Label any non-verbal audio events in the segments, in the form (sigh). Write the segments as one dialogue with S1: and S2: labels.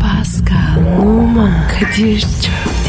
S1: Pascal, Oman, Kadir çok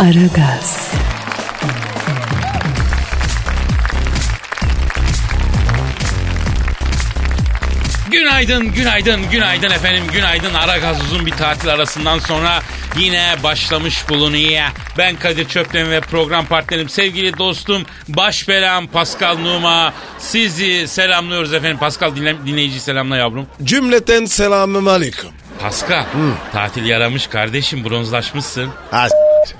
S1: Aragaz,
S2: Günaydın, günaydın, günaydın efendim. Günaydın. Ara gaz uzun bir tatil arasından sonra yine başlamış bulunuyor. Ben Kadir Çöpten ve program partnerim sevgili dostum baş belam Pascal Numa. Sizi selamlıyoruz efendim. Pascal dinle, dinleyici selamla yavrum.
S3: Cümleten selamım aleyküm.
S2: Pascal, tatil yaramış kardeşim bronzlaşmışsın.
S3: Ha s-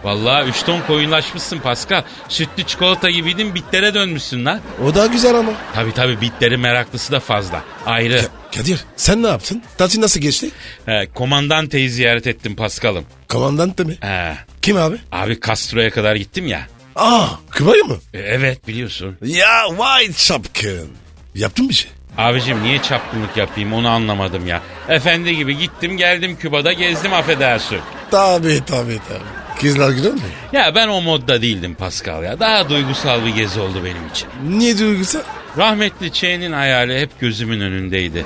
S2: Vallahi 3 ton koyunlaşmışsın Pascal. Sütlü çikolata gibiydin bitlere dönmüşsün lan.
S3: O daha güzel ama. E,
S2: Tabi tabi bitleri meraklısı da fazla. Ayrı.
S3: Kadir sen ne yaptın? Tatil nasıl geçti?
S2: He, komandan teyzi ziyaret ettim Pascal'ım.
S3: Komandant da mı?
S2: He.
S3: Kim abi?
S2: Abi Castro'ya kadar gittim ya.
S3: Aa Kıbrıs mı?
S2: E, Evet biliyorsun.
S3: Ya vay çapkın. Yaptın bir şey.
S2: Abicim niye çapkınlık yapayım onu anlamadım ya. Efendi gibi gittim geldim Küba'da gezdim affedersin.
S3: Tabi tabi tabi. Kızlar güzel mi?
S2: Ya ben o modda değildim Pascal ya. Daha duygusal bir gezi oldu benim için.
S3: Niye duygusal?
S2: Rahmetli Çey'nin hayali hep gözümün önündeydi.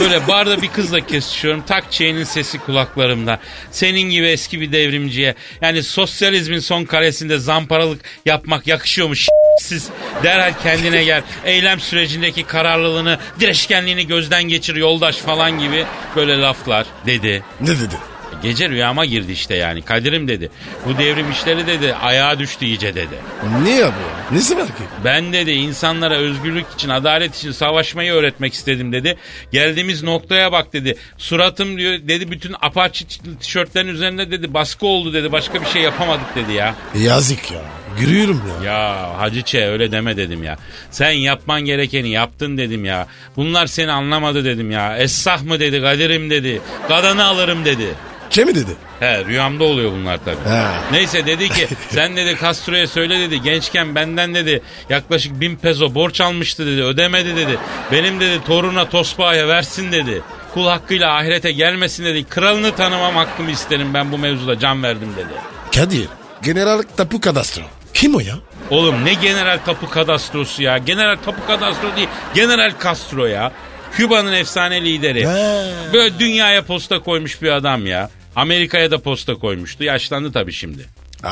S2: Böyle barda bir kızla kesişiyorum. Tak Çey'nin sesi kulaklarımda. Senin gibi eski bir devrimciye. Yani sosyalizmin son karesinde zamparalık yapmak yakışıyormuş siz derhal kendine gel. Eylem sürecindeki kararlılığını, direşkenliğini gözden geçir yoldaş falan gibi böyle laflar dedi.
S3: Ne dedi?
S2: Gece rüyama girdi işte yani. Kadir'im dedi. Bu devrim işleri dedi. Ayağa düştü iyice dedi.
S3: Ne yapıyor? Nesi var ki?
S2: Ben dedi insanlara özgürlük için, adalet için savaşmayı öğretmek istedim dedi. Geldiğimiz noktaya bak dedi. Suratım diyor dedi bütün apaçi t- tişörtlerin üzerinde dedi baskı oldu dedi. Başka bir şey yapamadık dedi ya.
S3: Yazık ya. Gülüyorum ya.
S2: Ya Hacıçe öyle deme dedim ya. Sen yapman gerekeni yaptın dedim ya. Bunlar seni anlamadı dedim ya. Essah mı dedi Kadir'im dedi. Kadını alırım dedi.
S3: Şey mi dedi?
S2: He rüyamda oluyor bunlar tabii.
S3: He.
S2: Neyse dedi ki sen dedi Castro'ya söyle dedi gençken benden dedi yaklaşık bin peso borç almıştı dedi ödemedi dedi. Benim dedi toruna tosbağaya versin dedi. Kul hakkıyla ahirete gelmesin dedi. Kralını tanımam hakkımı isterim ben bu mevzuda can verdim dedi.
S3: Kadir. General Tapu Kadastro. Kim o ya?
S2: Oğlum ne general tapu kadastrosu ya. General tapu kadastro değil general Castro ya. Küba'nın efsane lideri.
S3: He.
S2: Böyle dünyaya posta koymuş bir adam ya. Amerika'ya da posta koymuştu. Yaşlandı tabii şimdi.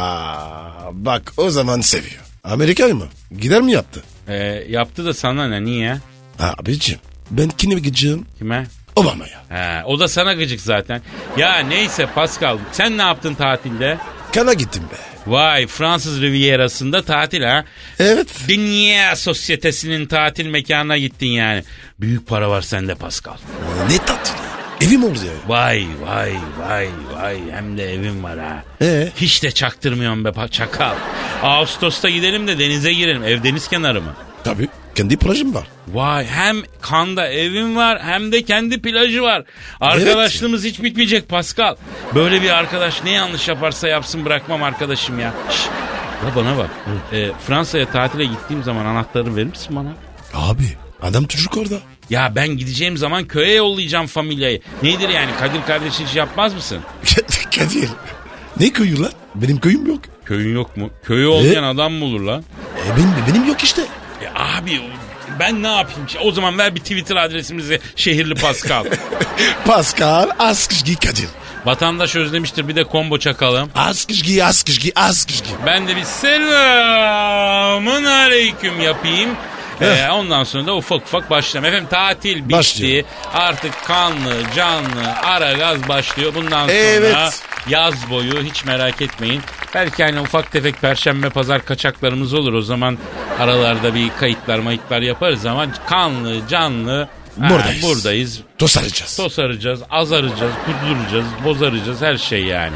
S3: Aa, bak o zaman seviyor. Amerikan mı? Gider mi yaptı?
S2: Ee, yaptı da sana ne niye?
S3: Ha, abicim ben kime gideceğim?
S2: Kime?
S3: Obama'ya.
S2: He, o da sana gıcık zaten. Ya neyse Pascal sen ne yaptın tatilde?
S3: Kana gittim be.
S2: Vay Fransız Riviera'sında tatil ha.
S3: Evet.
S2: Dünya sosyetesinin tatil mekanına gittin yani. Büyük para var sende Pascal.
S3: Ne tatlı. Evim oldu ya.
S2: Vay vay vay vay hem de evim var ha.
S3: Ee?
S2: Hiç de çaktırmıyorum be pa- çakal. Ağustos'ta gidelim de denize girelim. Ev deniz kenarı mı?
S3: Tabii. Kendi projem var.
S2: Vay hem kanda evim var hem de kendi plajı var. Arkadaşlığımız hiç bitmeyecek Pascal. Böyle bir arkadaş ne yanlış yaparsa yapsın bırakmam arkadaşım ya. Şşş. Ya bana bak. Ee, Fransa'ya tatile gittiğim zaman anahtarı verir misin bana?
S3: Abi adam çocuk orada. (laughs)
S2: Ya ben gideceğim zaman köye yollayacağım familyayı. Nedir yani Kadir kardeş hiç yapmaz mısın?
S3: Kadir. Ne köyü lan? Benim köyüm yok.
S2: Köyün yok mu? Köyü olmayan adam mı olur lan?
S3: E, benim, benim yok işte.
S2: E abi ben ne yapayım? O zaman ver bir Twitter adresimizi şehirli Pascal.
S3: Pascal Askışgi Kadir.
S2: Vatandaş özlemiştir bir de combo çakalım.
S3: Askışgi Askışgi Askışgi.
S2: Ben de bir selamın aleyküm yapayım.
S3: Eh.
S2: Ee, ondan sonra da ufak ufak başlayalım. Efendim tatil bitti.
S3: Başlıyor.
S2: Artık kanlı, canlı, ara gaz başlıyor. Bundan sonra
S3: Evet.
S2: yaz boyu hiç merak etmeyin. Belki hani ufak tefek perşembe pazar kaçaklarımız olur. O zaman aralarda bir kayıtlar mayıtlar yaparız ama kanlı, canlı ha,
S3: Buradayız.
S2: buradayız.
S3: Tosaracağız.
S2: Sos arayacağız, az arayacağız, kuduracağız, boz arayacağız her şey yani.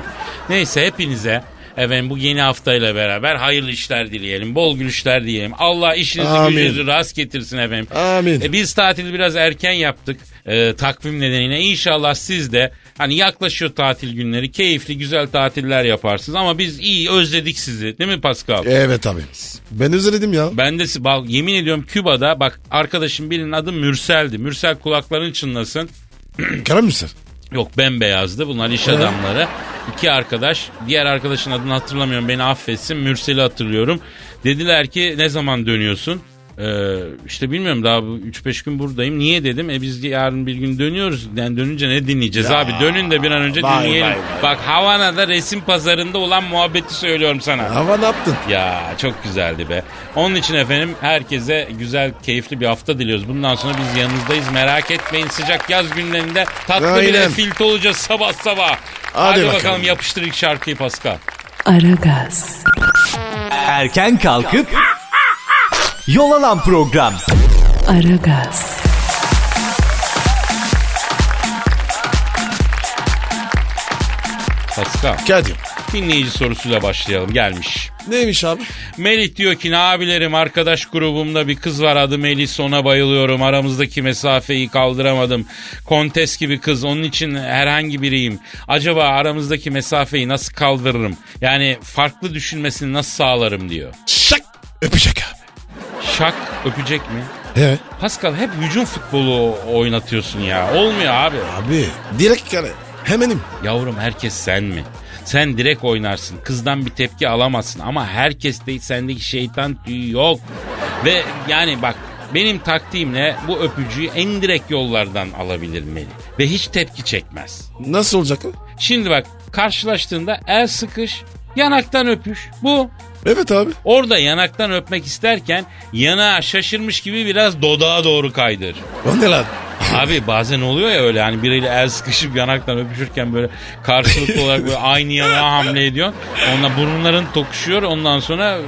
S2: Neyse hepinize Efendim bu yeni haftayla beraber hayırlı işler dileyelim. Bol gülüşler dileyelim. Allah işinizi
S3: Amin.
S2: gücünüzü rast getirsin efendim.
S3: Amin.
S2: E, biz tatili biraz erken yaptık e, takvim nedeniyle. İnşallah siz de hani yaklaşıyor tatil günleri. Keyifli güzel tatiller yaparsınız. Ama biz iyi özledik sizi değil mi Pascal?
S3: Evet abi. Ben özledim ya.
S2: Ben de si- bak, yemin ediyorum Küba'da bak arkadaşım birinin adı Mürsel'di. Mürsel kulakların çınlasın.
S3: Kara mısın?
S2: Yok bembeyazdı bunlar iş adamları. İki arkadaş diğer arkadaşın adını hatırlamıyorum beni affetsin Mürsel'i hatırlıyorum. Dediler ki ne zaman dönüyorsun? Ee, işte bilmiyorum daha bu 3-5 gün buradayım. Niye dedim? E biz yarın bir gün dönüyoruz. Yani dönünce ne dinleyeceğiz abi? Dönün de bir an önce
S3: vay,
S2: dinleyelim.
S3: vay, vay.
S2: Bak Havana'da resim pazarında olan muhabbeti söylüyorum sana.
S3: Hava ne yaptın?
S2: Ya çok güzeldi be. Onun için efendim herkese güzel, keyifli bir hafta diliyoruz. Bundan sonra biz yanınızdayız. Merak etmeyin sıcak yaz günlerinde tatlı
S3: Aynen.
S2: bir refilte olacağız sabah sabah. Hadi, bakalım,
S3: bakalım.
S2: yapıştır ilk şarkıyı Pascal.
S1: Aragaz,
S4: Erken kalkıp yol alan program.
S1: Aragaz,
S2: Pascal
S3: Kadir.
S2: dinleyici sorusuyla başlayalım gelmiş.
S3: Neymiş abi?
S2: Melih diyor ki ne abilerim arkadaş grubumda bir kız var adı Melis ona bayılıyorum. Aramızdaki mesafeyi kaldıramadım. Kontes gibi kız onun için herhangi biriyim. Acaba aramızdaki mesafeyi nasıl kaldırırım? Yani farklı düşünmesini nasıl sağlarım diyor.
S3: Şak. Öpecek abi.
S2: Şak öpecek mi?
S3: Evet.
S2: Pascal hep hücum futbolu oynatıyorsun ya. Olmuyor abi.
S3: Abi. Direkt kare. Hemenim.
S2: Yavrum herkes sen mi? Sen direkt oynarsın. Kızdan bir tepki alamazsın. Ama herkes değil sendeki şeytan tüyü yok. Ve yani bak benim taktiğimle bu öpücüğü en direkt yollardan alabilir Melih. Ve hiç tepki çekmez.
S3: Nasıl olacak o?
S2: Şimdi bak karşılaştığında el sıkış, yanaktan öpüş. Bu.
S3: Evet abi.
S2: Orada yanaktan öpmek isterken yanağa şaşırmış gibi biraz dodağa doğru kaydır.
S3: O ne lan?
S2: Abi bazen oluyor ya öyle hani biriyle el sıkışıp yanaktan öpüşürken böyle karşılıklı olarak böyle aynı yana hamle ediyor. Onunla burunların tokuşuyor ondan sonra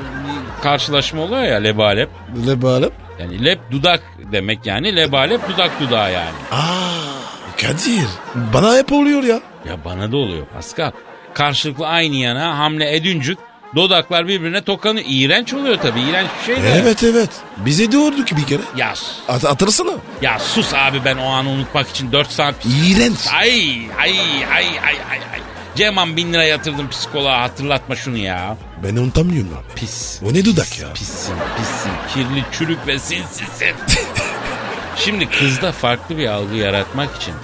S2: karşılaşma oluyor ya lebalep.
S3: Ne bağlam?
S2: Yani lep dudak demek yani lebalep dudak dudağı yani.
S3: Aa. Kadir. Bana hep oluyor ya.
S2: Ya bana da oluyor Pascal. Karşılıklı aynı yana hamle edincük dodaklar birbirine tokanı iğrenç oluyor tabii iğrenç bir şey de.
S3: Evet evet. Bize diyordu ki bir kere.
S2: Ya,
S3: At atırsana.
S2: ya sus abi ben o anı unutmak için 4 saat
S3: İğrenç.
S2: Ay ay ay ay ay ay. Ceman bin lira yatırdım psikoloğa hatırlatma şunu ya.
S3: Ben unutamıyorum abi.
S2: Pis.
S3: O ne dudak ya?
S2: Pissin pissin kirli çürük ve sinsisin. (laughs) Şimdi kızda farklı bir algı yaratmak için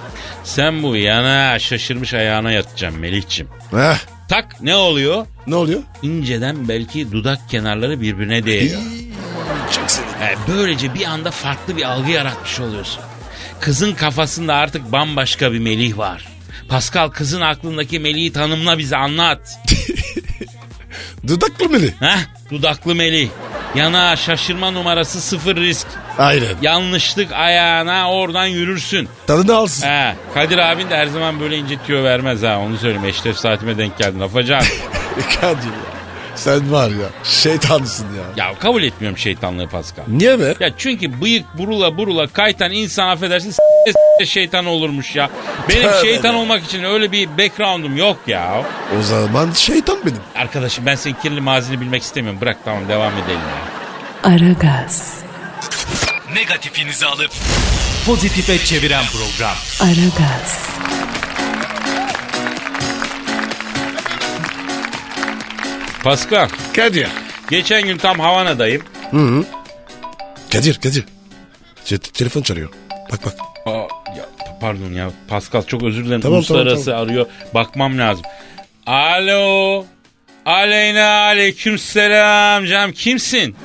S2: sen bu yana şaşırmış ayağına yatacaksın Melih'ciğim.
S3: Heh.
S2: Tak ne oluyor?
S3: Ne oluyor?
S2: İnceden belki dudak kenarları birbirine değiyor.
S3: Çok sevindim.
S2: E, böylece bir anda farklı bir algı yaratmış oluyorsun. Kızın kafasında artık bambaşka bir Melih var. Pascal kızın aklındaki Melih'i tanımla bize anlat.
S3: Dudaklı mı ne?
S2: Heh, dudaklı Melih. Yana şaşırma numarası sıfır risk.
S3: Aynen.
S2: Yanlışlık ayağına oradan yürürsün.
S3: Tadını alsın.
S2: He, Kadir abin de her zaman böyle ince tüyo vermez ha onu söyleyeyim. Eşref saatime denk geldin afacan.
S3: Kadir ya. Sen var ya. Şeytansın ya.
S2: ya kabul etmiyorum şeytanlığı Pascal.
S3: Niye be?
S2: Ya çünkü bıyık burula burula kaytan insan affedersin s- s- şeytan olurmuş ya. Benim
S3: Tövbe
S2: şeytan
S3: de.
S2: olmak için öyle bir background'um yok ya.
S3: O zaman şeytan benim.
S2: Arkadaşım ben senin kirli mazini bilmek istemiyorum. Bırak tamam devam edelim ya.
S1: Aragaz,
S4: Negatifinizi alıp pozitife çeviren program.
S1: Aragaz,
S2: Pascal
S3: Kadir.
S2: geçen gün tam Havana'dayım.
S3: Kadir Kadir. Te- telefon çalıyor. Bak bak.
S2: Aa, ya, pardon ya Pascal çok özür dilerim.
S3: Tamam,
S2: Uluslararası
S3: tamam,
S2: arıyor. Bakmam lazım. Alo. Aleyna aleyküm selam canım. Kimsin?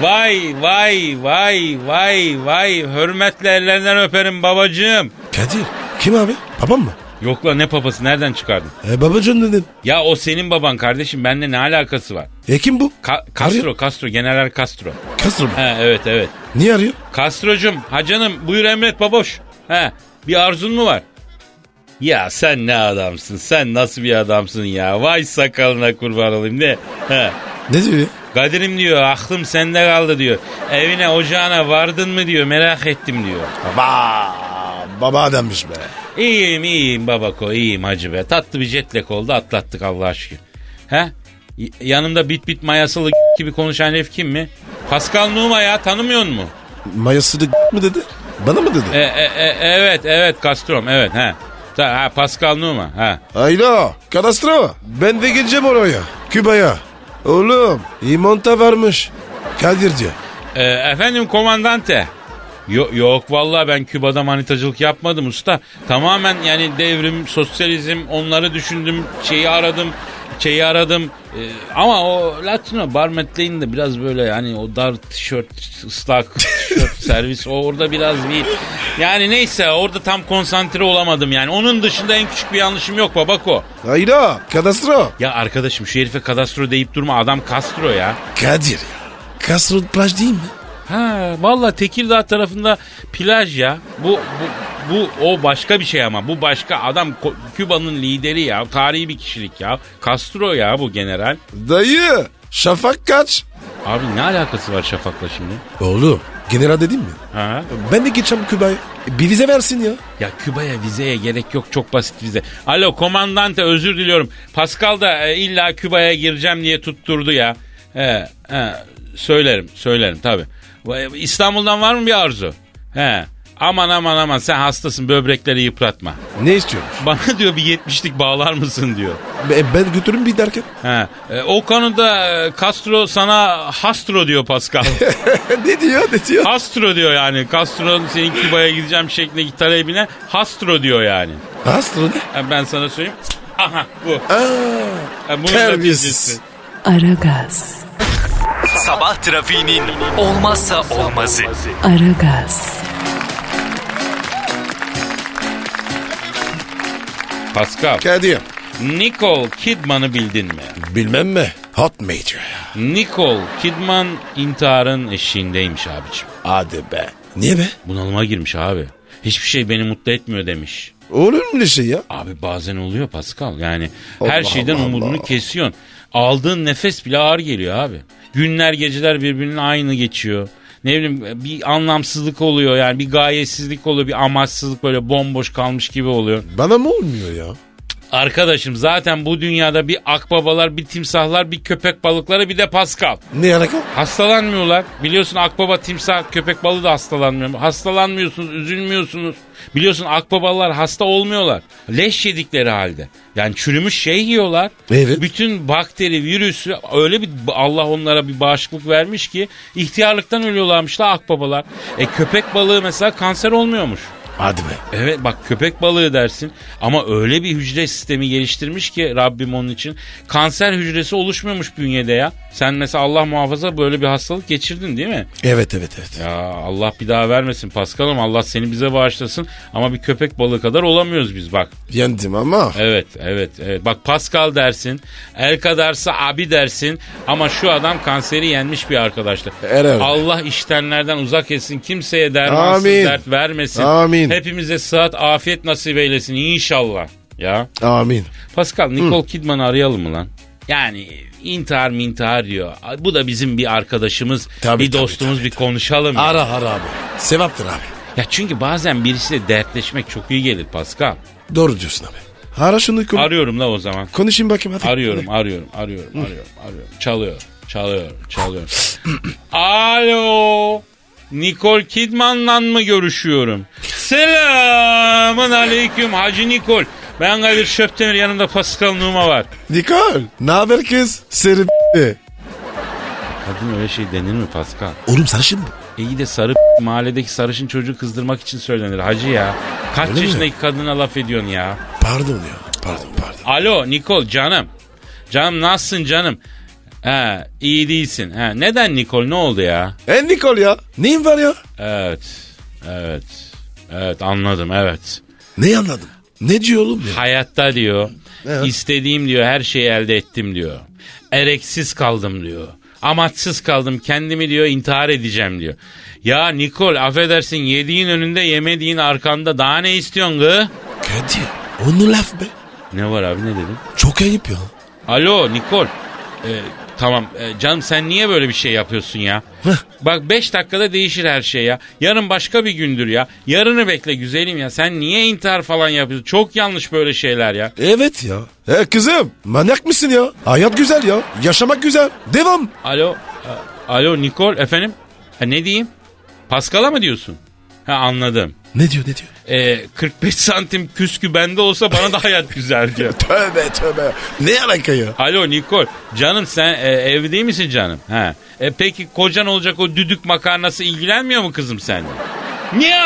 S2: Vay vay vay vay vay. Hürmetle ellerinden öperim babacığım.
S3: Kadir. Kim abi? Babam mı?
S2: Yok la ne papası nereden çıkardın?
S3: E, babacığım dedim.
S2: Ya o senin baban kardeşim benimle ne alakası var?
S3: E kim bu?
S2: Ka-
S3: Arıyor.
S2: Castro, Castro, General Castro.
S3: Castro mu?
S2: Ha, evet evet.
S3: Niye arıyor?
S2: Kastrocum, hacanım buyur emret baboş. He, bir arzun mu var? Ya sen ne adamsın, sen nasıl bir adamsın ya. Vay sakalına kurban olayım ne? He.
S3: Ne diyor ya?
S2: Kadir'im diyor aklım sende kaldı diyor. Evine ocağına vardın mı diyor merak ettim diyor.
S3: Baba. Baba adammış be.
S2: İyiyim iyiyim babako iyiyim hacı be. Tatlı bir jetlek oldu atlattık Allah'a şükür. He? Y- Yanımda bit bit mayasalı gibi konuşan herif kim mi? Pascal Numa ya tanımıyor mu?
S3: Mayasını mı dedi? Bana mı dedi?
S2: E, e- e- evet evet Kastrom evet he. Ta- ha, Pascal Numa ha.
S3: Ayla, kadastro. Ben de gideceğim oraya. Küba'ya. Oğlum, imonta varmış. Kadir diyor.
S2: E, efendim komandante. Yo- yok vallahi ben Küba'da manitacılık yapmadım usta. Tamamen yani devrim, sosyalizm onları düşündüm, şeyi aradım, şeyi aradım. E, ama o Latino barmetleyin de biraz böyle hani o dar tişört, ıslak tişört servis o orada biraz bir yani neyse orada tam konsantre olamadım yani. Onun dışında en küçük bir yanlışım yok babako.
S3: Ayla, kadastro.
S2: Ya arkadaşım şu herife kadastro deyip durma adam Castro ya.
S3: Kadir ya. Kastro plaj değil mi?
S2: Ha valla Tekirdağ tarafında plaj ya. Bu, bu bu o başka bir şey ama bu başka adam Ko- Küba'nın lideri ya tarihi bir kişilik ya Castro ya bu general
S3: Dayı, şafak kaç?
S2: abi ne alakası var Şafak'la şimdi
S3: Oğlum, general dedim mi?
S2: ha
S3: Ben de gideceğim Küba'ya. Bir vize versin ya.
S2: ya Küba'ya vizeye gerek yok çok basit vize alo komandante özür diliyorum Pascal da e, illa Küba'ya gireceğim diye tutturdu ya he, he, söylerim söylerim tabi İstanbul'dan var mı bir arzu he aman aman aman sen hastasın böbrekleri yıpratma
S3: Ne istiyormuş?
S2: Bana (laughs) diyor bir 70'lik bağlar mısın diyor.
S3: Ben, ben götürürüm bir derken.
S2: He. E, o konuda e, Castro sana Hastro diyor Pascal.
S3: (laughs) ne diyor, ne diyor?
S2: Hastro diyor yani. Castro'nun senin Küba'ya gideceğim şeklindeki talebine Hastro diyor yani.
S3: Astro ne?
S2: E, ben sana söyleyeyim. Aha bu.
S3: Aa,
S2: E, bunun
S3: terbiyesiz.
S2: neticesi.
S1: Aragaz,
S4: Sabah trafiğinin olmazsa olmazı.
S1: Aragaz,
S2: Pascal.
S3: Kadir.
S2: Nicole Kidman'ı bildin mi?
S3: Bilmem mi? Hot major ya.
S2: Nicole Kidman intiharın eşiğindeymiş abicim.
S3: Hadi be. Niye be?
S2: Bunalıma girmiş abi. Hiçbir şey beni mutlu etmiyor demiş.
S3: Olur mu öyle şey ya?
S2: Abi bazen oluyor Pascal. Yani
S3: Allah
S2: her şeyden
S3: Allah
S2: umudunu
S3: Allah.
S2: kesiyorsun. Aldığın nefes bile ağır geliyor abi. Günler geceler birbirinin aynı geçiyor. Ne bileyim bir anlamsızlık oluyor yani bir gayesizlik oluyor bir amaçsızlık böyle bomboş kalmış gibi oluyor.
S3: Bana mı olmuyor ya?
S2: Arkadaşım zaten bu dünyada bir akbabalar bir timsahlar bir köpek balıkları bir de Pascal.
S3: Ne alaka?
S2: Hastalanmıyorlar. Biliyorsun akbaba, timsah, köpek balığı da hastalanmıyor. Hastalanmıyorsunuz, üzülmüyorsunuz. Biliyorsun akbabalar hasta olmuyorlar. Leş yedikleri halde. Yani çürümüş şey yiyorlar.
S3: Evet.
S2: Bütün bakteri, virüsü öyle bir Allah onlara bir bağışıklık vermiş ki ihtiyarlıktan ölüyorlarmış da akbabalar. E köpek balığı mesela kanser olmuyormuş.
S3: Hadi be.
S2: Evet bak köpek balığı dersin ama öyle bir hücre sistemi geliştirmiş ki Rabbim onun için. Kanser hücresi oluşmuyormuş bünyede ya. Sen mesela Allah muhafaza böyle bir hastalık geçirdin değil mi?
S3: Evet evet evet.
S2: Ya Allah bir daha vermesin Paskal'ım Allah seni bize bağışlasın ama bir köpek balığı kadar olamıyoruz biz bak.
S3: Yendim ama.
S2: Evet evet evet bak Pascal dersin el kadarsa abi dersin ama şu adam kanseri yenmiş bir arkadaşlar.
S3: Evet.
S2: Allah iştenlerden uzak etsin kimseye dermansız
S3: Amin.
S2: dert vermesin.
S3: Amin.
S2: Hepimize sıhhat afiyet nasip eylesin inşallah ya.
S3: Amin.
S2: Pascal Nicole Kidman'ı arayalım mı lan? Yani intihar mintihar diyor. Bu da bizim bir arkadaşımız,
S3: Tabii,
S2: bir
S3: tabii,
S2: dostumuz bir konuşalım. ya.
S3: Ara ara abi. Sevaptır abi.
S2: Ya çünkü bazen birisiyle dertleşmek çok iyi gelir Pascal.
S3: Doğru diyorsun abi. Ara şunu kon-
S2: Arıyorum la o zaman.
S3: konuşayım bakayım hadi.
S2: Arıyorum, arıyorum, arıyorum, arıyorum, arıyorum. Çalıyor, çalıyor, çalıyor. Alo. Nikol Kidman'la mı görüşüyorum? Selamın aleyküm Hacı Nikol. Ben Kadir Şöptemir yanımda Pascal Numa var.
S3: Nikol. Ne haber kız? Seri (laughs) b-
S2: Kadın öyle şey denir mi Pascal?
S3: Oğlum sarışın mı?
S2: İyi de sarı mahalledeki sarışın çocuğu kızdırmak için söylenir hacı ya. Kaç
S3: Öyle mi?
S2: yaşındaki kadına laf ediyorsun ya?
S3: Pardon ya. Pardon pardon.
S2: Alo Nikol canım. Canım nasılsın canım? He iyi değilsin. He, neden Nikol ne oldu ya?
S3: E Nikol ya. Neyin var ya?
S2: Evet. Evet. Evet anladım evet.
S3: Ne anladım? Ne diyor oğlum ya?
S2: Hayatta diyor.
S3: Evet.
S2: istediğim diyor her şeyi elde ettim diyor. Ereksiz kaldım diyor. Amaçsız kaldım kendimi diyor intihar edeceğim diyor. Ya Nikol affedersin yediğin önünde yemediğin arkanda daha ne istiyorsun gı?
S3: Kadir. Onu laf be.
S2: Ne var abi ne dedin?
S3: Çok ayıp ya.
S2: Alo Nikol. Ee, Tamam e, canım sen niye böyle bir şey yapıyorsun ya? Bak 5 dakikada değişir her şey ya. Yarın başka bir gündür ya. Yarını bekle güzelim ya. Sen niye intihar falan yapıyorsun? Çok yanlış böyle şeyler ya.
S3: Evet ya. E kızım manyak mısın ya? Hayat güzel ya. Yaşamak güzel. Devam.
S2: Alo. e, Alo Nikol efendim. Ha, ne diyeyim? Paskal'a mı diyorsun? Ha anladım.
S3: Ne diyor ne diyor?
S2: E, 45 santim küskü bende olsa bana da hayat güzel diyor.
S3: Tövbe tövbe. Ne alaka ya?
S2: Alo Nikol. Canım sen e, evli değil misin canım? He. E, peki kocan olacak o düdük makarnası ilgilenmiyor mu kızım seninle? Niye?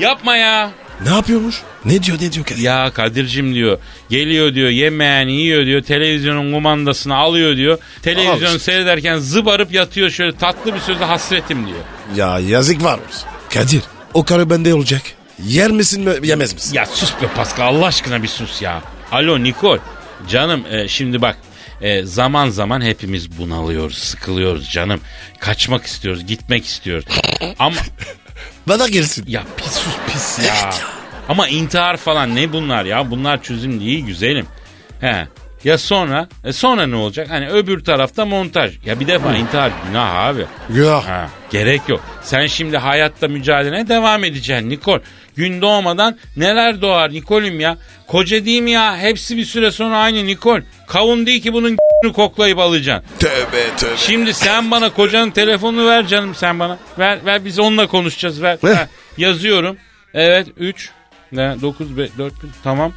S2: Yapma ya.
S3: Ne yapıyormuş? Ne diyor ne diyor Kadir?
S2: Ya Kadir'cim diyor. Geliyor diyor yemeğini yiyor diyor. Televizyonun kumandasını alıyor diyor. Televizyon
S3: Al işte.
S2: seyrederken zıbarıp yatıyor şöyle tatlı bir sözle hasretim diyor.
S3: Ya yazık varmış. Kadir o karı bende olacak. Yer misin mi yemez misin?
S2: Ya sus be Pascal Allah aşkına bir sus ya. Alo Nikol. Canım e, şimdi bak e, zaman zaman hepimiz bunalıyoruz, sıkılıyoruz canım. Kaçmak istiyoruz, gitmek istiyoruz. Ama
S3: Bana gelsin.
S2: ya pis sus pis ya. Ama intihar falan ne bunlar ya? Bunlar çözüm değil güzelim. He. Ya sonra? E sonra ne olacak? Hani öbür tarafta montaj. Ya bir defa intihar günah abi.
S3: Ya.
S2: Ha, Ah, gerek yok. Sen şimdi hayatta mücadelene devam edeceksin Nikol. Gün doğmadan neler doğar Nikol'üm ya. Koca değil mi ya? Hepsi bir süre sonra aynı Nikol. Kavun değil ki bunun (laughs) koklayıp alacaksın.
S3: Tövbe tövbe.
S2: Şimdi sen bana kocanın telefonunu ver canım sen bana. Ver ver biz onunla konuşacağız ver.
S3: Ne?
S2: Ha, yazıyorum. Evet 3 9 4 tamam.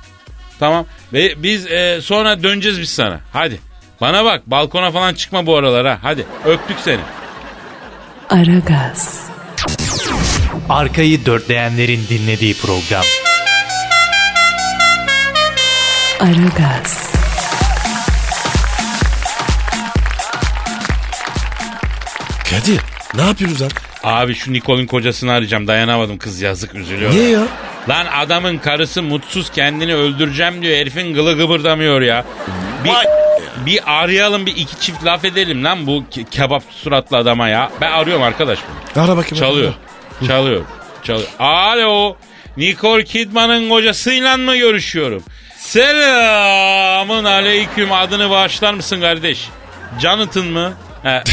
S2: Tamam. Ve biz e, sonra döneceğiz biz sana. Hadi. Bana bak balkona falan çıkma bu aralara. Hadi öptük seni.
S1: Aragaz,
S4: Arkayı dörtleyenlerin dinlediği program.
S1: Aragaz,
S3: Kadir ne yapıyoruz lan?
S2: Abi şu Nikol'un kocasını arayacağım dayanamadım kız yazık üzülüyor.
S3: Niye ya?
S2: Lan adamın karısı mutsuz kendini öldüreceğim diyor herifin gılı gıbırdamıyor ya. Bir, bir arayalım bir iki çift laf edelim lan bu ke- kebap suratlı adama ya. Ben arıyorum arkadaş bunu.
S3: Ara bakayım.
S2: Çalıyor. Çalıyor. Çalıyor. Alo. Nikol Kidman'ın kocasıyla mı görüşüyorum? Selamın aleyküm. Adını bağışlar mısın kardeş? Jonathan mı? He.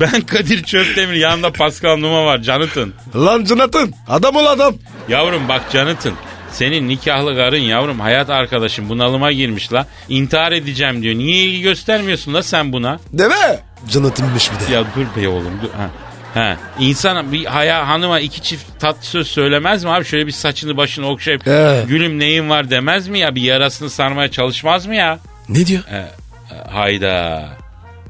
S2: ben Kadir Çöptemir. Yanında Pascal Numa var. Jonathan.
S3: Lan Jonathan adam ol adam.
S2: Yavrum bak Jonathan. Senin nikahlı karın yavrum hayat arkadaşın bunalıma girmiş la. İntihar edeceğim diyor. Niye ilgi göstermiyorsun la sen buna?
S3: Değil mi? Jonathan'mış bir de.
S2: Ya dur be oğlum dur. Ha. Ha. İnsan bir haya hanıma iki çift tatlı söz söylemez mi abi? Şöyle bir saçını başını okşayıp
S3: He.
S2: gülüm neyin var demez mi ya? Bir yarasını sarmaya çalışmaz mı ya?
S3: Ne diyor?
S2: E, Hayda.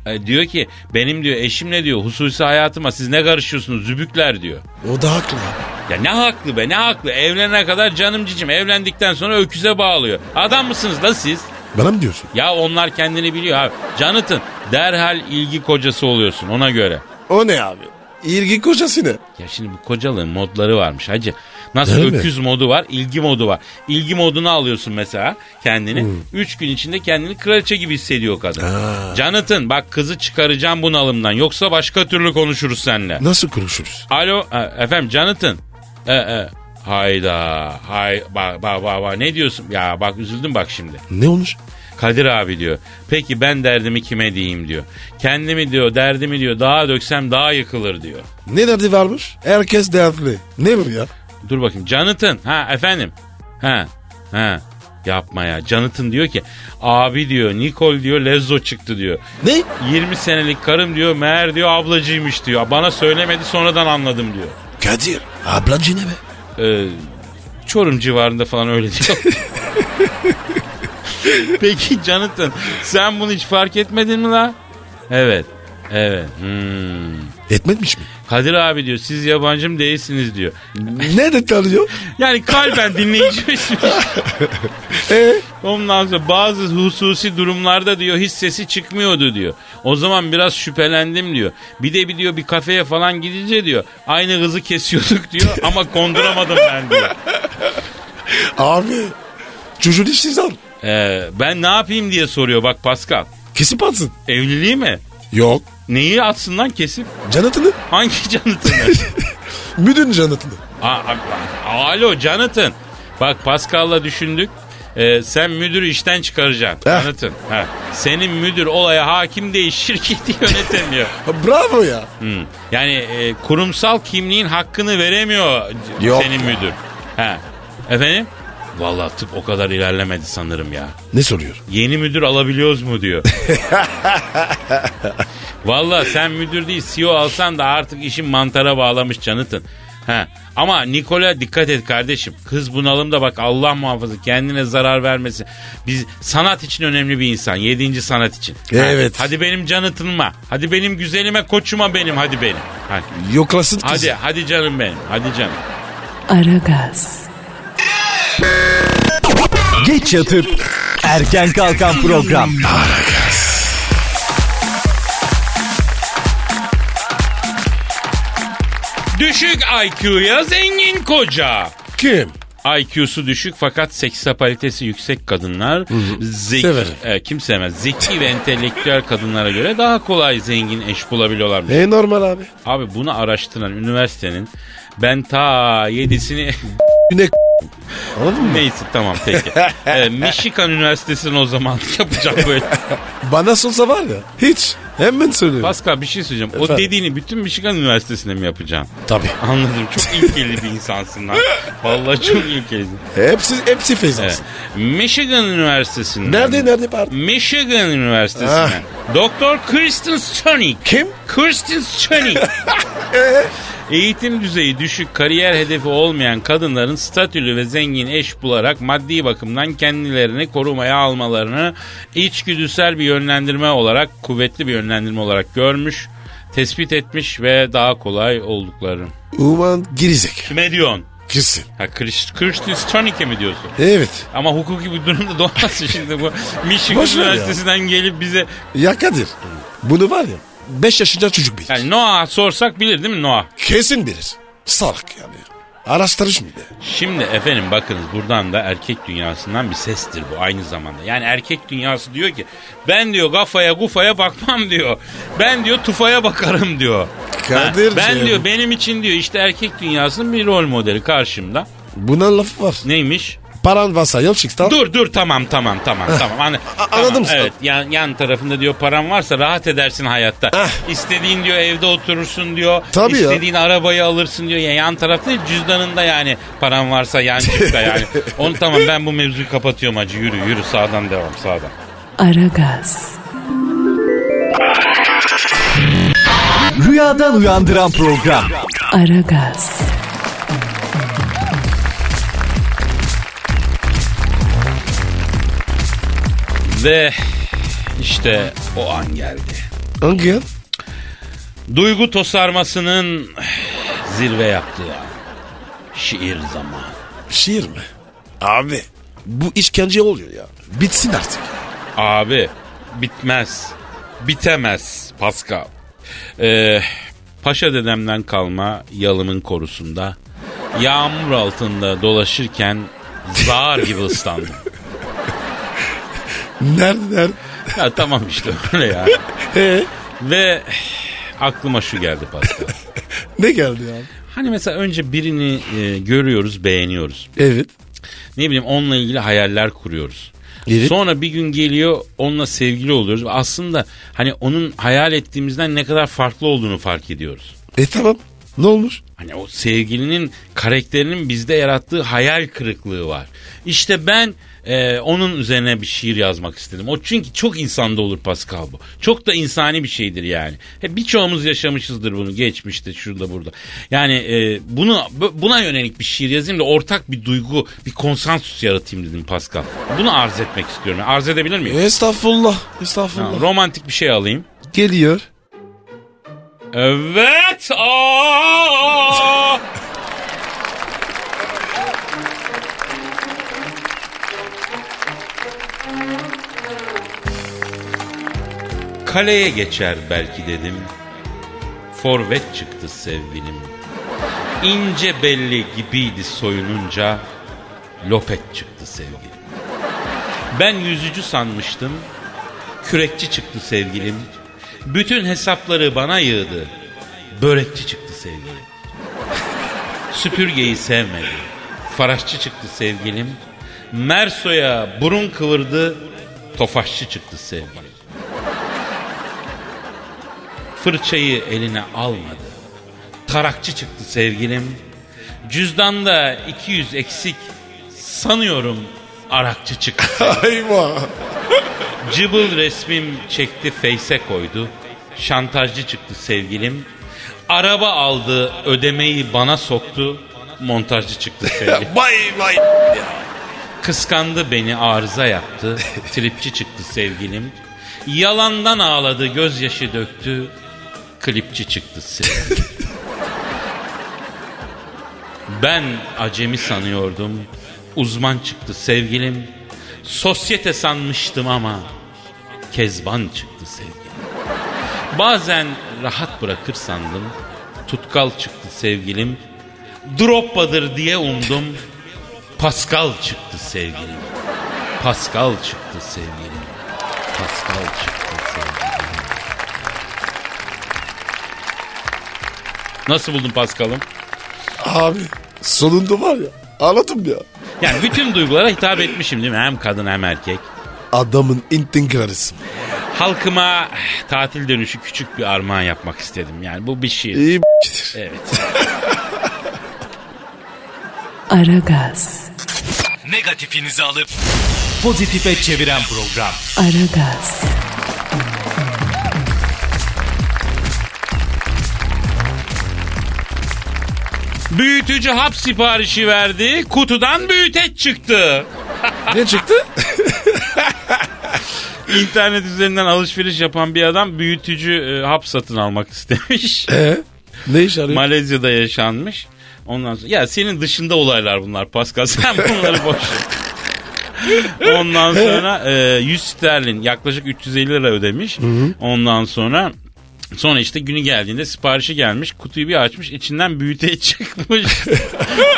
S2: E, diyor ki benim diyor eşimle diyor hususi hayatıma siz ne karışıyorsunuz zübükler diyor.
S3: O da haklı abi.
S2: Ya ne haklı be ne haklı. Evlenene kadar canım cicim evlendikten sonra öküze bağlıyor. Adam mısınız la siz?
S3: Bana mı diyorsun?
S2: Ya onlar kendini biliyor abi. Canıtın derhal ilgi kocası oluyorsun ona göre.
S3: O ne abi? İlgi kocası ne?
S2: Ya şimdi bu kocalığın modları varmış hacı. Nasıl
S3: Değil mi?
S2: öküz modu var, ilgi modu var. İlgi modunu alıyorsun mesela kendini.
S3: Hmm.
S2: Üç gün içinde kendini kraliçe gibi hissediyor kadın. Canıtın bak kızı çıkaracağım bunalımdan. Yoksa başka türlü konuşuruz seninle.
S3: Nasıl konuşuruz?
S2: Alo e, efendim Jonathan. E, e, hayda. Hay, bak, bak, bak, bak, ne diyorsun? Ya bak üzüldüm bak şimdi.
S3: Ne olmuş?
S2: Kadir abi diyor. Peki ben derdimi kime diyeyim diyor. Kendimi diyor derdimi diyor daha döksem daha yıkılır diyor.
S3: Ne derdi varmış? Herkes dertli. Ne bu ya?
S2: Dur bakayım Jonathan. Ha efendim. Ha ha. Yapma ya. Jonathan diyor ki abi diyor Nikol diyor Lezzo çıktı diyor.
S3: Ne?
S2: 20 senelik karım diyor meğer diyor ablacıymış diyor. Bana söylemedi sonradan anladım diyor.
S3: Kadir. Ablacı ne be?
S2: Ee, Çorum civarında falan öyle diyor. (laughs) Peki Jonathan sen bunu hiç fark etmedin mi la? Evet. Evet. Hmm.
S3: Etmemiş mi?
S2: Kadir abi diyor siz yabancım değilsiniz diyor.
S3: ne de tanıyor?
S2: Yani kalben dinleyiciymiş.
S3: Ee?
S2: Ondan sonra bazı hususi durumlarda diyor hiç sesi çıkmıyordu diyor. O zaman biraz şüphelendim diyor. Bir de bir diyor bir kafeye falan gidince diyor aynı hızı kesiyorduk diyor ama konduramadım ben diyor.
S3: Abi. Çocuğun işsiz al.
S2: Ee, ben ne yapayım diye soruyor bak Pascal.
S3: Kesip atsın.
S2: Evliliği mi?
S3: Yok.
S2: Neyi atsın lan kesip?
S3: Canatını.
S2: Hangi Jonathan'ı?
S3: Müdür canatını.
S2: A- a- Alo Jonathan. Bak Pascal'la düşündük. Ee, sen müdürü işten çıkaracaksın.
S3: Heh.
S2: Anlatın. Ha. Senin müdür olaya hakim değil, şirketi (laughs) yönetemiyor.
S3: Bravo ya.
S2: Hı. Yani e, kurumsal kimliğin hakkını veremiyor c-
S3: Yok.
S2: senin müdür. Ha. Efendim? Vallahi tıp o kadar ilerlemedi sanırım ya.
S3: Ne soruyor?
S2: Yeni müdür alabiliyoruz mu diyor. Vallahi sen müdür değil CEO alsan da artık işin mantara bağlamış canıtın. Ha. Ama Nikola dikkat et kardeşim. Kız bunalımda bak Allah muhafaza kendine zarar vermesin. Biz sanat için önemli bir insan. Yedinci sanat için. Ha,
S3: Evet.
S2: Hadi benim canıtınma. Hadi benim güzelime koçuma benim hadi benim. Hadi.
S3: Yoklasın kızı.
S2: Hadi, hadi canım benim. Hadi canım.
S1: Aragaz,
S4: Geç yatıp erken kalkan program.
S2: Düşük IQ'ya zengin koca.
S3: Kim?
S2: IQ'su düşük fakat seksapalitesi yüksek kadınlar zeki,
S3: Severim.
S2: e, kim sevmez zeki ve entelektüel kadınlara göre daha kolay zengin eş bulabiliyorlarmış.
S3: E normal abi.
S2: Abi bunu araştıran üniversitenin ben ta yedisini (laughs)
S3: Ne Anladın mı?
S2: neyse tamam peki. E, Michigan Üniversitesi'nin o zaman (laughs) yapacak böyle.
S3: Bana sorsa var ya. Hiç. Hemen söylüyorum.
S2: Pascal bir şey söyleyeceğim. O
S3: Efendim?
S2: dediğini bütün Michigan Üniversitesi'ne mi yapacaksın?
S3: Tabii.
S2: Anladım çok ilkeli bir insansın lan. Vallahi
S3: (laughs)
S2: çok ilkelisin.
S3: Hepsi, hepsi feyz
S2: Evet. Michigan Üniversitesi'nde.
S3: Nerede nerede pardon?
S2: Michigan Üniversitesi'ne. Doktor Kristen Schoenig.
S3: Ah. Kim? Ee?
S2: Kristen
S3: (laughs)
S2: Schoenig. Eğitim düzeyi düşük, kariyer hedefi olmayan kadınların statülü ve zengin eş bularak maddi bakımdan kendilerini korumaya almalarını içgüdüsel bir yönlendirme olarak, kuvvetli bir yönlendirme olarak görmüş, tespit etmiş ve daha kolay olduklarını.
S3: Uman girizek.
S2: Kime diyorsun?
S3: Kesin.
S2: Ha, Krist- Kristen Schoenig'e mi diyorsun?
S3: Evet.
S2: Ama hukuki bir durumda (laughs) doğmaz şimdi bu. Michigan
S3: Boş ver ya.
S2: Üniversitesi'nden gelip bize
S3: Ya Kadir. Bunu var ya. 5 yaşında çocuk bilir.
S2: Yani Noah sorsak bilir değil mi Noah?
S3: Kesin bilir. Salak yani. Araştırış mı de?
S2: Şimdi efendim bakınız buradan da erkek dünyasından bir sestir bu aynı zamanda. Yani erkek dünyası diyor ki ben diyor kafaya gufaya bakmam diyor. Ben diyor tufaya bakarım diyor.
S3: Kadir'cim.
S2: ben diyor benim için diyor işte erkek dünyasının bir rol modeli karşımda.
S3: Buna lafı var.
S2: Neymiş?
S3: Paran varsa yol çıktan.
S2: Dur dur tamam tamam
S3: (laughs)
S2: tamam tamam. Hani,
S3: anladım
S2: tamam,
S3: sen.
S2: Evet yan, yan tarafında diyor param varsa rahat edersin hayatta.
S3: Ah.
S2: İstediğin diyor evde oturursun diyor.
S3: Tabii ya.
S2: İstediğin arabayı alırsın diyor. Ya yan tarafta değil, cüzdanında yani param varsa yan
S3: (laughs)
S2: cüzda yani. Onu tamam ben bu mevzuyu kapatıyorum acı yürü yürü sağdan devam sağdan.
S1: Aragaz,
S4: Rüyadan uyandıran program.
S1: Aragaz,
S2: Ve işte o an geldi.
S3: Hangi ya?
S2: Duygu tosarmasının zirve yaptığı an. Şiir zamanı.
S3: Şiir mi? Abi bu işkence oluyor ya. Bitsin artık.
S2: Abi bitmez. Bitemez Pascal. Ee, Paşa dedemden kalma yalımın korusunda yağmur altında dolaşırken zar gibi ıslandım.
S3: Nerede nerede?
S2: ya tamam işte öyle ya.
S3: Ee,
S2: Ve aklıma şu geldi Pascal.
S3: ne geldi ya?
S2: Hani mesela önce birini e, görüyoruz, beğeniyoruz.
S3: Evet.
S2: Ne bileyim onunla ilgili hayaller kuruyoruz.
S3: Evet.
S2: Sonra bir gün geliyor onunla sevgili oluyoruz ve aslında hani onun hayal ettiğimizden ne kadar farklı olduğunu fark ediyoruz.
S3: E tamam. Ne olmuş?
S2: Hani o sevgilinin karakterinin bizde yarattığı hayal kırıklığı var. İşte ben e, onun üzerine bir şiir yazmak istedim. O çünkü çok insanda olur Pascal bu. Çok da insani bir şeydir yani. He, birçoğumuz yaşamışızdır bunu geçmişte şurada burada. Yani e, bunu bu- buna yönelik bir şiir yazayım da ortak bir duygu, bir konsensus yaratayım dedim Pascal. Bunu arz etmek istiyorum. Yani arz edebilir miyim?
S3: Estağfurullah.
S2: Ha,
S3: Estağfurullah.
S2: romantik bir şey alayım.
S3: Geliyor.
S2: Evet. Aa! Kaleye geçer belki dedim. Forvet çıktı sevgilim. İnce belli gibiydi soyununca. Lopet çıktı sevgilim. Ben yüzücü sanmıştım. Kürekçi çıktı sevgilim. Bütün hesapları bana yığdı. Börekçi çıktı sevgilim. Süpürgeyi sevmedi. Faraşçı çıktı sevgilim. Merso'ya burun kıvırdı, tofaşçı çıktı sevgili. Fırçayı eline almadı. Tarakçı çıktı sevgilim. Cüzdanda 200 eksik. Sanıyorum arakçı çıktı.
S3: Ayva.
S2: Cıbıl resmim çekti face'e koydu. Şantajcı çıktı sevgilim. Araba aldı ödemeyi bana soktu. Montajcı çıktı sevgilim.
S3: Bay bay.
S2: Kıskandı beni arıza yaptı. Tripçi çıktı sevgilim. Yalandan ağladı gözyaşı döktü. Klipçi çıktı sevgilim. ben acemi sanıyordum. Uzman çıktı sevgilim. Sosyete sanmıştım ama kezban çıktı sevgilim. Bazen rahat bırakır sandım. Tutkal çıktı sevgilim. Droppadır diye umdum. Pascal çıktı sevgilim. Pascal çıktı sevgilim. Pascal çıktı sevgilim. Nasıl buldun Pascal'ım?
S3: Abi sonunda var ya ağladım ya.
S2: Yani bütün duygulara hitap etmişim değil mi? Hem kadın hem erkek.
S3: Adamın intinkarısı.
S2: Halkıma eh, tatil dönüşü küçük bir armağan yapmak istedim. Yani bu bir şiir.
S3: İyi b***tir.
S2: Evet.
S1: Aragaz,
S4: Negatifinizi alıp pozitife çeviren program.
S1: Aragaz,
S2: Büyütücü hap siparişi verdi. Kutudan büyüteç çıktı.
S3: Ne
S2: (laughs)
S3: çıktı?
S2: İnternet üzerinden alışveriş yapan bir adam büyütücü e, hap satın almak istemiş.
S3: Ee, ne iş arıyor?
S2: Malezya'da yaşanmış. Ondan sonra ya senin dışında olaylar bunlar Pascal (laughs) sen bunları boş ver. Ondan sonra e, 100 sterlin yaklaşık 350 lira ödemiş. Ondan sonra sonra işte günü geldiğinde siparişi gelmiş. Kutuyu bir açmış içinden büyüteç (laughs) çıkmış.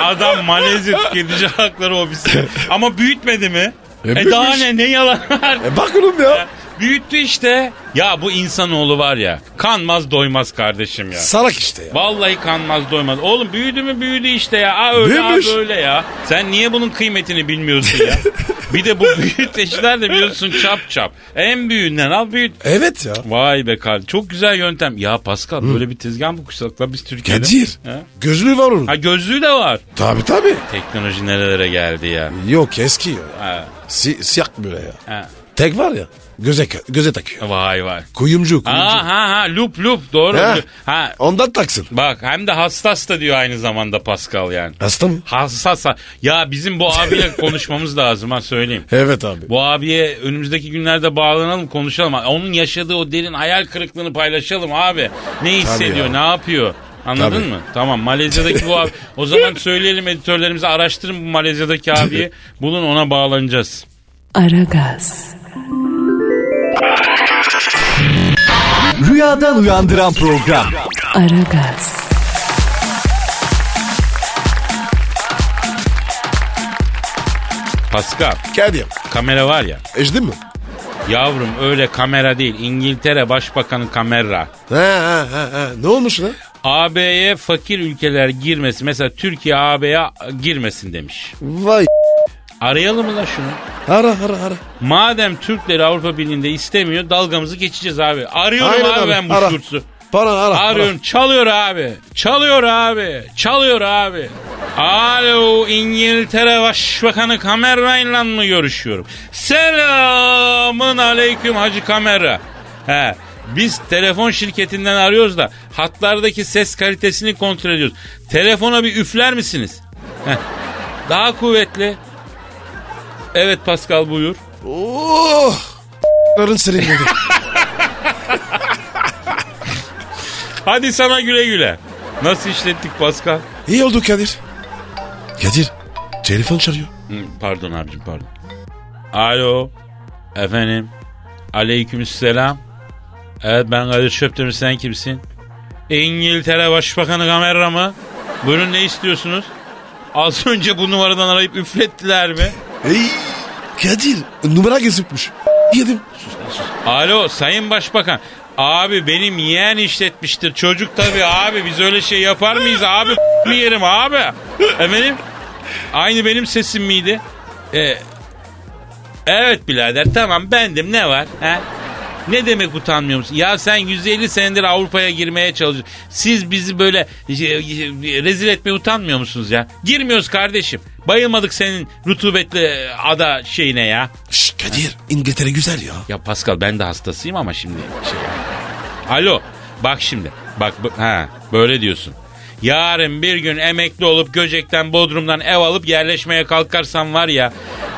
S2: Adam Malezya tüketici hakları ofisi. Ama büyütmedi mi?
S3: E,
S2: E, daha
S3: büyümüş.
S2: ne ne yalan var.
S3: E bak oğlum ya.
S2: Büyüttü işte. Ya bu insanoğlu var ya. Kanmaz doymaz kardeşim ya.
S3: Salak işte ya.
S2: Vallahi kanmaz doymaz. Oğlum büyüdü mü büyüdü işte ya. Aa öyle
S3: Büyümüş.
S2: aa böyle ya. Sen niye bunun kıymetini bilmiyorsun
S3: (laughs)
S2: ya? bir de bu büyüteçler de biliyorsun çap çap. En büyüğünden al büyüt.
S3: Evet ya.
S2: Vay be kardeşim. Çok güzel yöntem. Ya Pascal böyle bir tezgah mı kuşak la biz Türkiye'de?
S3: Kadir.
S2: He?
S3: Gözlüğü var onun.
S2: Ha gözlüğü de var.
S3: Tabi tabi.
S2: Teknoloji nerelere geldi ya.
S3: Yok eski ya.
S2: Ha,
S3: Si, siyah böyle ya.
S2: ha.
S3: Tek var ya. Göze, göze takıyor.
S2: Vay vay.
S3: Kuyumcu. kuyumcu.
S2: Aa, ha ha lup lup doğru.
S3: Ha.
S2: ha
S3: Ondan taksın.
S2: Bak hem de hassas da diyor aynı zamanda Pascal yani.
S3: Hasta mı?
S2: Hassas. ha- Ya bizim bu
S3: (laughs)
S2: abiyle konuşmamız lazım ha söyleyeyim.
S3: Evet abi.
S2: Bu abiye önümüzdeki günlerde bağlanalım konuşalım. Onun yaşadığı o derin hayal kırıklığını paylaşalım abi. Ne hissediyor
S3: ya.
S2: ne yapıyor? Anladın
S3: Tabii.
S2: mı? Tamam Malezya'daki bu abi.
S3: (laughs)
S2: O zaman söyleyelim editörlerimize araştırın bu Malezya'daki abiyi. Bulun ona bağlanacağız.
S1: Aragaz,
S4: Rüyadan uyandıran program.
S1: Aragaz,
S2: Pascal
S3: Kadir.
S2: kamera var ya.
S3: Ejdi mi?
S2: Yavrum öyle kamera değil. İngiltere Başbakanı kamera.
S3: Ha, ha, ha, ha. Ne olmuş lan?
S2: AB'ye fakir ülkeler girmesi mesela Türkiye AB'ye girmesin demiş.
S3: Vay.
S2: Arayalım mı la şunu?
S3: Ara ara ara.
S2: Madem Türkleri Avrupa Birliği'nde istemiyor dalgamızı geçeceğiz abi. Arıyorum
S3: Aynen
S2: abi,
S3: abi,
S2: ben bu
S3: ara.
S2: şurtsu.
S3: Para ara. ara.
S2: Arıyorum çalıyor abi. Çalıyor abi. Çalıyor abi. Alo İngiltere Başbakanı Camera'yla mı görüşüyorum? Selamın aleyküm Hacı Kamera. He, biz telefon şirketinden arıyoruz da hatlardaki ses kalitesini kontrol ediyoruz. Telefona bir üfler misiniz? Heh, daha kuvvetli. Evet Pascal buyur.
S3: Oh. Arın serinledi. (laughs)
S2: Hadi sana güle güle. Nasıl işlettik Pascal?
S3: İyi oldu Kadir. Kadir. Telefon çağırıyor.
S2: Hı, Pardon abicim pardon. Alo. Efendim. Aleykümselam. Evet ben Kadir Çöptemir sen kimsin? İngiltere Başbakanı Kamera mı? Buyurun ne istiyorsunuz? Az önce bu numaradan arayıp üflettiler mi?
S3: Ey. Kadir. Numara gözükmüş. Yedim.
S2: Alo Sayın Başbakan. Abi benim yeğen işletmiştir çocuk tabii abi biz öyle şey yapar (laughs) mıyız abi bir yerim abi. Efendim aynı benim sesim miydi? E, evet birader tamam bendim ne var? He? Ne demek utanmıyor musun? Ya sen 150 senedir Avrupa'ya girmeye çalışıyorsun. Siz bizi böyle e, e, rezil etmeye utanmıyor musunuz ya? Girmiyoruz kardeşim. Bayılmadık senin rutubetli e, ada şeyine ya.
S3: Şşş Kadir İngiltere güzel ya.
S2: Ya Pascal ben de hastasıyım ama şimdi şey Alo bak şimdi bak bu- ha böyle diyorsun. Yarın bir gün emekli olup Göcek'ten Bodrum'dan ev alıp yerleşmeye kalkarsam var ya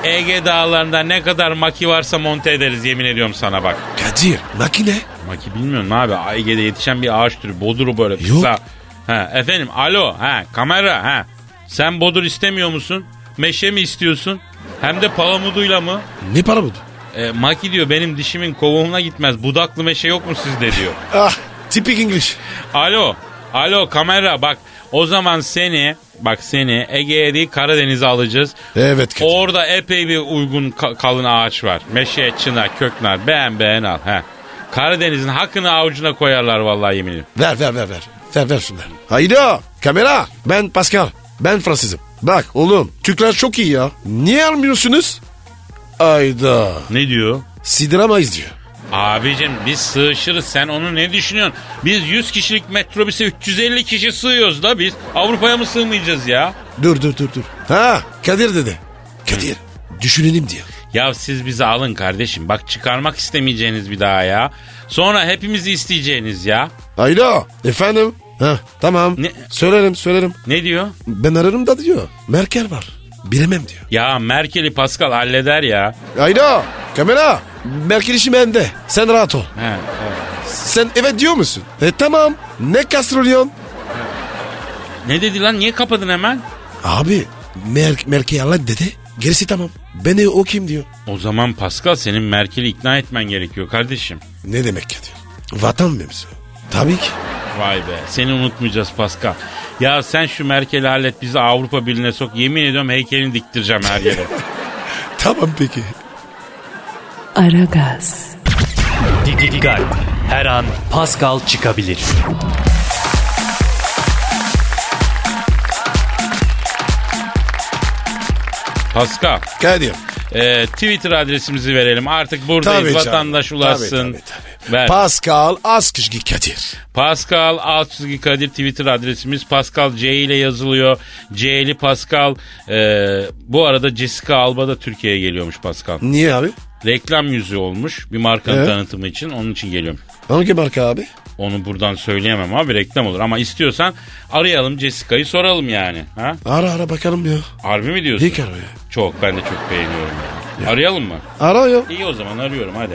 S2: Ege dağlarında ne kadar maki varsa monte ederiz yemin ediyorum sana bak.
S3: Kadir makine.
S2: Maki bilmiyorum abi Ege'de yetişen bir ağaç türü bodur böyle
S3: Yok.
S2: kısa. Ha, efendim alo ha kamera ha sen bodur istemiyor musun? Meşe mi istiyorsun? Hem de palamuduyla mı?
S3: Ne para bu?
S2: E, Maki diyor benim dişimin kovuğuna gitmez. Budaklı meşe yok mu sizde diyor.
S3: Ah tipik İngiliz.
S2: Alo. Alo kamera bak. O zaman seni bak seni Ege'ye değil Karadeniz'e alacağız.
S3: Evet Kadir.
S2: Orada epey bir uygun ka- kalın ağaç var. Meşe, çınar, köknar beğen beğen al. He. Karadeniz'in hakkını avucuna koyarlar vallahi yemin ediyorum.
S3: Ver ver ver ver. Ver ver şunları. Hayda kamera. Ben Pascal. Ben Fransızım. Bak oğlum Türkler çok iyi ya. Niye almıyorsunuz? Ayda.
S2: Ne diyor?
S3: Sidiremeyiz diyor.
S2: Abicim biz sığışırız sen onu ne düşünüyorsun? Biz 100 kişilik metrobüse 350 kişi sığıyoruz da biz. Avrupa'ya mı sığmayacağız ya?
S3: Dur dur dur dur. Ha Kadir dedi. Kadir düşünelim diyor.
S2: Ya siz bizi alın kardeşim. Bak çıkarmak istemeyeceğiniz bir daha ya. Sonra hepimizi isteyeceğiniz ya.
S3: Ayda. Efendim. Ha tamam.
S2: Ne?
S3: Söylerim söylerim.
S2: Ne diyor?
S3: Ben ararım da diyor. Merkel var. Bilemem diyor.
S2: Ya Merkel'i Pascal halleder ya.
S3: Ayda kamera. Merkel işi bende. Sen rahat ol.
S2: He,
S3: Sen evet diyor musun? E tamam. Ne kastrolyon?
S2: Ne dedi lan? Niye kapadın hemen?
S3: Abi Mer Merkel Allah dedi. Gerisi tamam. Beni o kim diyor.
S2: O zaman Pascal senin Merkel'i ikna etmen gerekiyor kardeşim.
S3: Ne demek ki diyor. Vatan mevzu. Tabii ki.
S2: Vay be seni unutmayacağız Pascal. Ya sen şu Merkel'i hallet bizi Avrupa Birliği'ne sok. Yemin ediyorum heykelini diktireceğim
S3: (laughs)
S2: her yere.
S3: Tamam peki.
S1: Aragaz,
S4: Dikkat. Her an Pascal çıkabilir.
S2: Pascal
S3: Kadir.
S2: e, Twitter adresimizi verelim. Artık buradayız
S3: Tabii canım.
S2: vatandaş
S3: Tabii,
S2: ulaşsın.
S3: tabii, tabii.
S2: Ver.
S3: Pascal Askışgi Kadir.
S2: Pascal alt çizgi Kadir Twitter adresimiz Pascal C ile yazılıyor. C'li Pascal. Ee, bu arada Jessica Alba da Türkiye'ye geliyormuş Pascal.
S3: Niye abi?
S2: Reklam yüzü olmuş bir markanın
S3: Evet.
S2: tanıtımı için onun için geliyorum.
S3: Hangi marka abi?
S2: Onu buradan söyleyemem abi reklam olur ama istiyorsan arayalım Jessica'yı soralım yani. Ha?
S3: Ara ara bakalım ya.
S2: Harbi mi diyorsun?
S3: İlk arıyor.
S2: Çok ben de çok beğeniyorum. yani. Arayalım mı?
S3: Ara ya.
S2: İyi o zaman arıyorum hadi.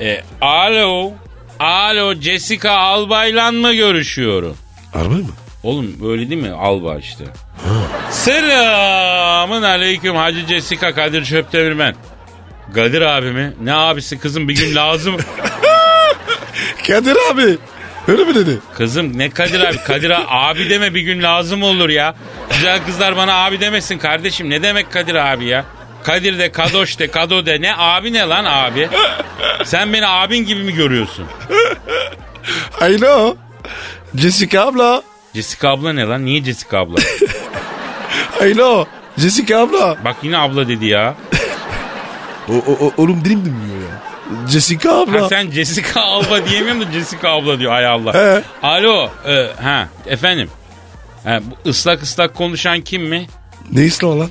S2: Ee, alo. Alo Jessica Alba'yla mı görüşüyorum?
S3: Araba mı?
S2: Oğlum öyle değil mi? Alba işte. Selamın aleyküm Hacı Jessica Kadir Çöptemirmen. Kadir abi mi? Ne abisi kızım bir gün lazım.
S3: Kadir abi. Öyle mi dedi?
S2: kızım ne Kadir abi? Kadir abi, abi deme bir gün lazım olur ya. Güzel kızlar bana abi demesin kardeşim. Ne demek Kadir abi ya? Kadir de Kadoş de Kado de ne abi ne lan abi? Sen beni abin gibi mi görüyorsun?
S3: I know. Jessica abla.
S2: Jessica abla ne lan? Niye Jessica abla?
S3: I know. Jessica abla.
S2: Bak yine abla dedi ya.
S3: O, o, o- oğlum dilim dinmiyor ya. Jessica abla.
S2: Ha, sen Jessica Alba diyemiyorum da Jessica abla diyor ay Allah.
S3: He.
S2: Alo e, ha efendim. Ha, bu ıslak ıslak konuşan kim mi?
S3: Neyse lan?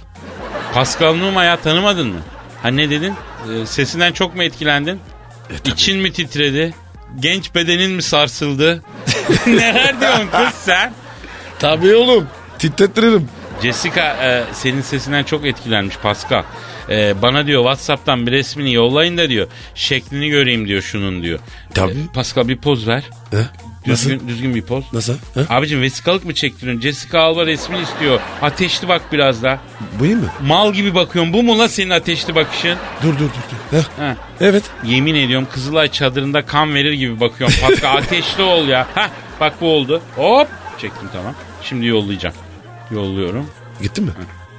S2: Pascal Numa ya tanımadın mı? Ha ne dedin? E, sesinden çok mu etkilendin?
S3: E,
S2: İçin mi titredi? Genç bedenin mi sarsıldı? (laughs) Neler diyorsun kız sen?
S3: Tabii oğlum. Titrettiririm.
S2: Jessica e, senin sesinden çok etkilenmiş Pascal. E, bana diyor Whatsapp'tan bir resmini yollayın da diyor. Şeklini göreyim diyor şunun diyor.
S3: Tabii.
S2: E, Pascal bir poz ver.
S3: He?
S2: Düzgün, düzgün bir poz.
S3: Nasıl? He?
S2: Abicim vesikalık mı çektiriyorsun? Jessica Alba resmini istiyor. Ateşli bak biraz da.
S3: Bu iyi mi?
S2: Mal gibi bakıyorsun. Bu mu la senin ateşli bakışın?
S3: Dur dur dur. dur. Heh.
S2: Ha.
S3: Evet.
S2: Yemin ediyorum Kızılay çadırında kan verir gibi bakıyorum. Patka ateşli ol ya. Hah bak bu oldu. Hop çektim tamam. Şimdi yollayacağım. Yolluyorum.
S3: Gittin mi?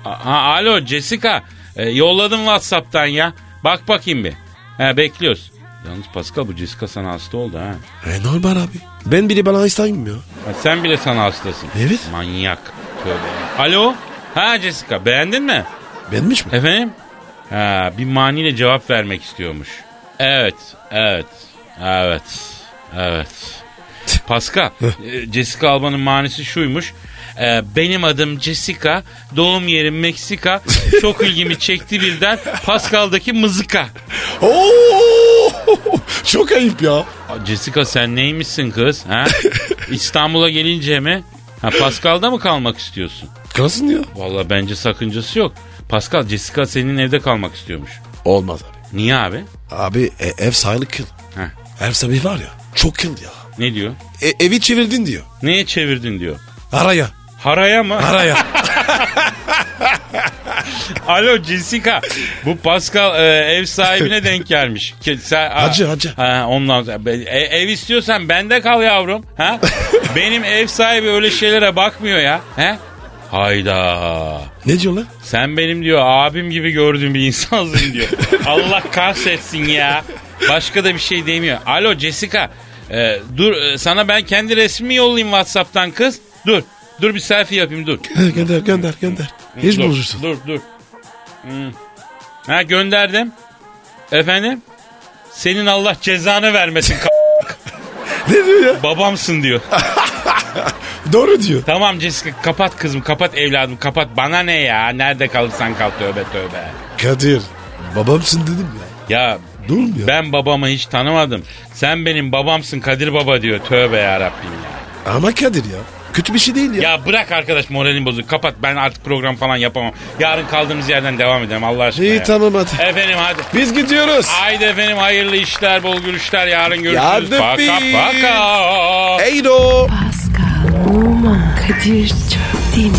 S2: A- ha, alo Jessica. E, yolladım Whatsapp'tan ya. Bak bakayım bir. He bekliyoruz. Yalnız Pascal bu Jessica sana hasta oldu ha.
S3: E, normal abi. Ben biri bana isteyim ya.
S2: Ha, sen bile sana hastasın.
S3: Evet.
S2: Manyak. Tövbe. Alo. Ha Jessica beğendin mi?
S3: Benmiş mi?
S2: Efendim? Ha, bir maniyle cevap vermek istiyormuş. Evet, evet, evet, evet. Pascal, e, Jessica Alba'nın manisi şuymuş. E, Benim adım Jessica, doğum yerim Meksika. Çok ilgimi çekti birden Pascal'daki mızıka.
S3: Oo! (laughs) Çok ayıp ya.
S2: Aa, Jessica sen neymişsin kız? Ha? İstanbul'a gelince mi? Ha, Pascal'da mı kalmak istiyorsun?
S3: Kalsın ya.
S2: Vallahi bence sakıncası yok. Pascal, Jessica senin evde kalmak istiyormuş.
S3: Olmaz abi.
S2: Niye abi?
S3: Abi e- ev sahibi kıl.
S2: Heh,
S3: Ev sahibi var ya. Çok kıl ya.
S2: ne diyor?
S3: E- evi çevirdin diyor.
S2: Neye çevirdin diyor.
S3: Araya.
S2: Haraya mı?
S3: Araya.
S2: (laughs) Alo Jessica. Bu Pascal e,
S3: (laughs)
S2: ev sahibine denk gelmiş. Ke- sen- a-
S3: Hacı, hacı.
S2: Ha, ondan sonra- ben- e- ev istiyorsan bende kal yavrum.
S3: (laughs)
S2: Ha? Benim ev sahibi öyle şeylere bakmıyor ya. He? Hayda.
S3: ne diyor lan?
S2: Sen benim diyor abim gibi gördüğüm bir
S3: (laughs)
S2: insansın diyor. Allah kahretsin ya. Başka da bir şey demiyor. Alo Jessica. e, dur e, sana ben kendi resmi yollayayım Whatsapp'tan kız. Dur. Dur bir selfie yapayım dur.
S3: He, gönder gönder gönder. Hiç
S2: dur,
S3: bulursun.
S2: Dur dur. Hmm. Ha gönderdim. Efendim? Senin Allah cezanı vermesin. k-
S3: Ne diyor ya?
S2: (laughs)
S3: (laughs)
S2: Babamsın diyor.
S3: Doğru diyor.
S2: tamam Jessica kapat kızım kapat evladım kapat. Bana ne ya? Nerede kalırsan kal tövbe tövbe.
S3: Kadir. Babamsın dedim ya.
S2: Ya
S3: Dur mu ya?
S2: ben babamı hiç tanımadım. Sen benim babamsın Kadir Baba diyor. Tövbe ya Rabbim ya.
S3: Ama Kadir ya. Kötü bir şey değil ya.
S2: Ya bırak arkadaş moralim bozuk. Kapat ben artık program falan yapamam. Yarın kaldığımız yerden devam edelim Allah aşkına.
S3: İyi
S2: ya.
S3: tamam hadi.
S2: Efendim hadi.
S3: Biz gidiyoruz.
S2: Haydi efendim hayırlı işler, bol görüşler. Yarın görüşürüz.
S3: Yardım
S2: Paka
S3: bir.
S2: paka.
S3: Eydo.
S1: Pascal, Oman, Kadir çok değil mi?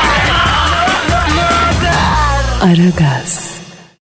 S1: Aragaz.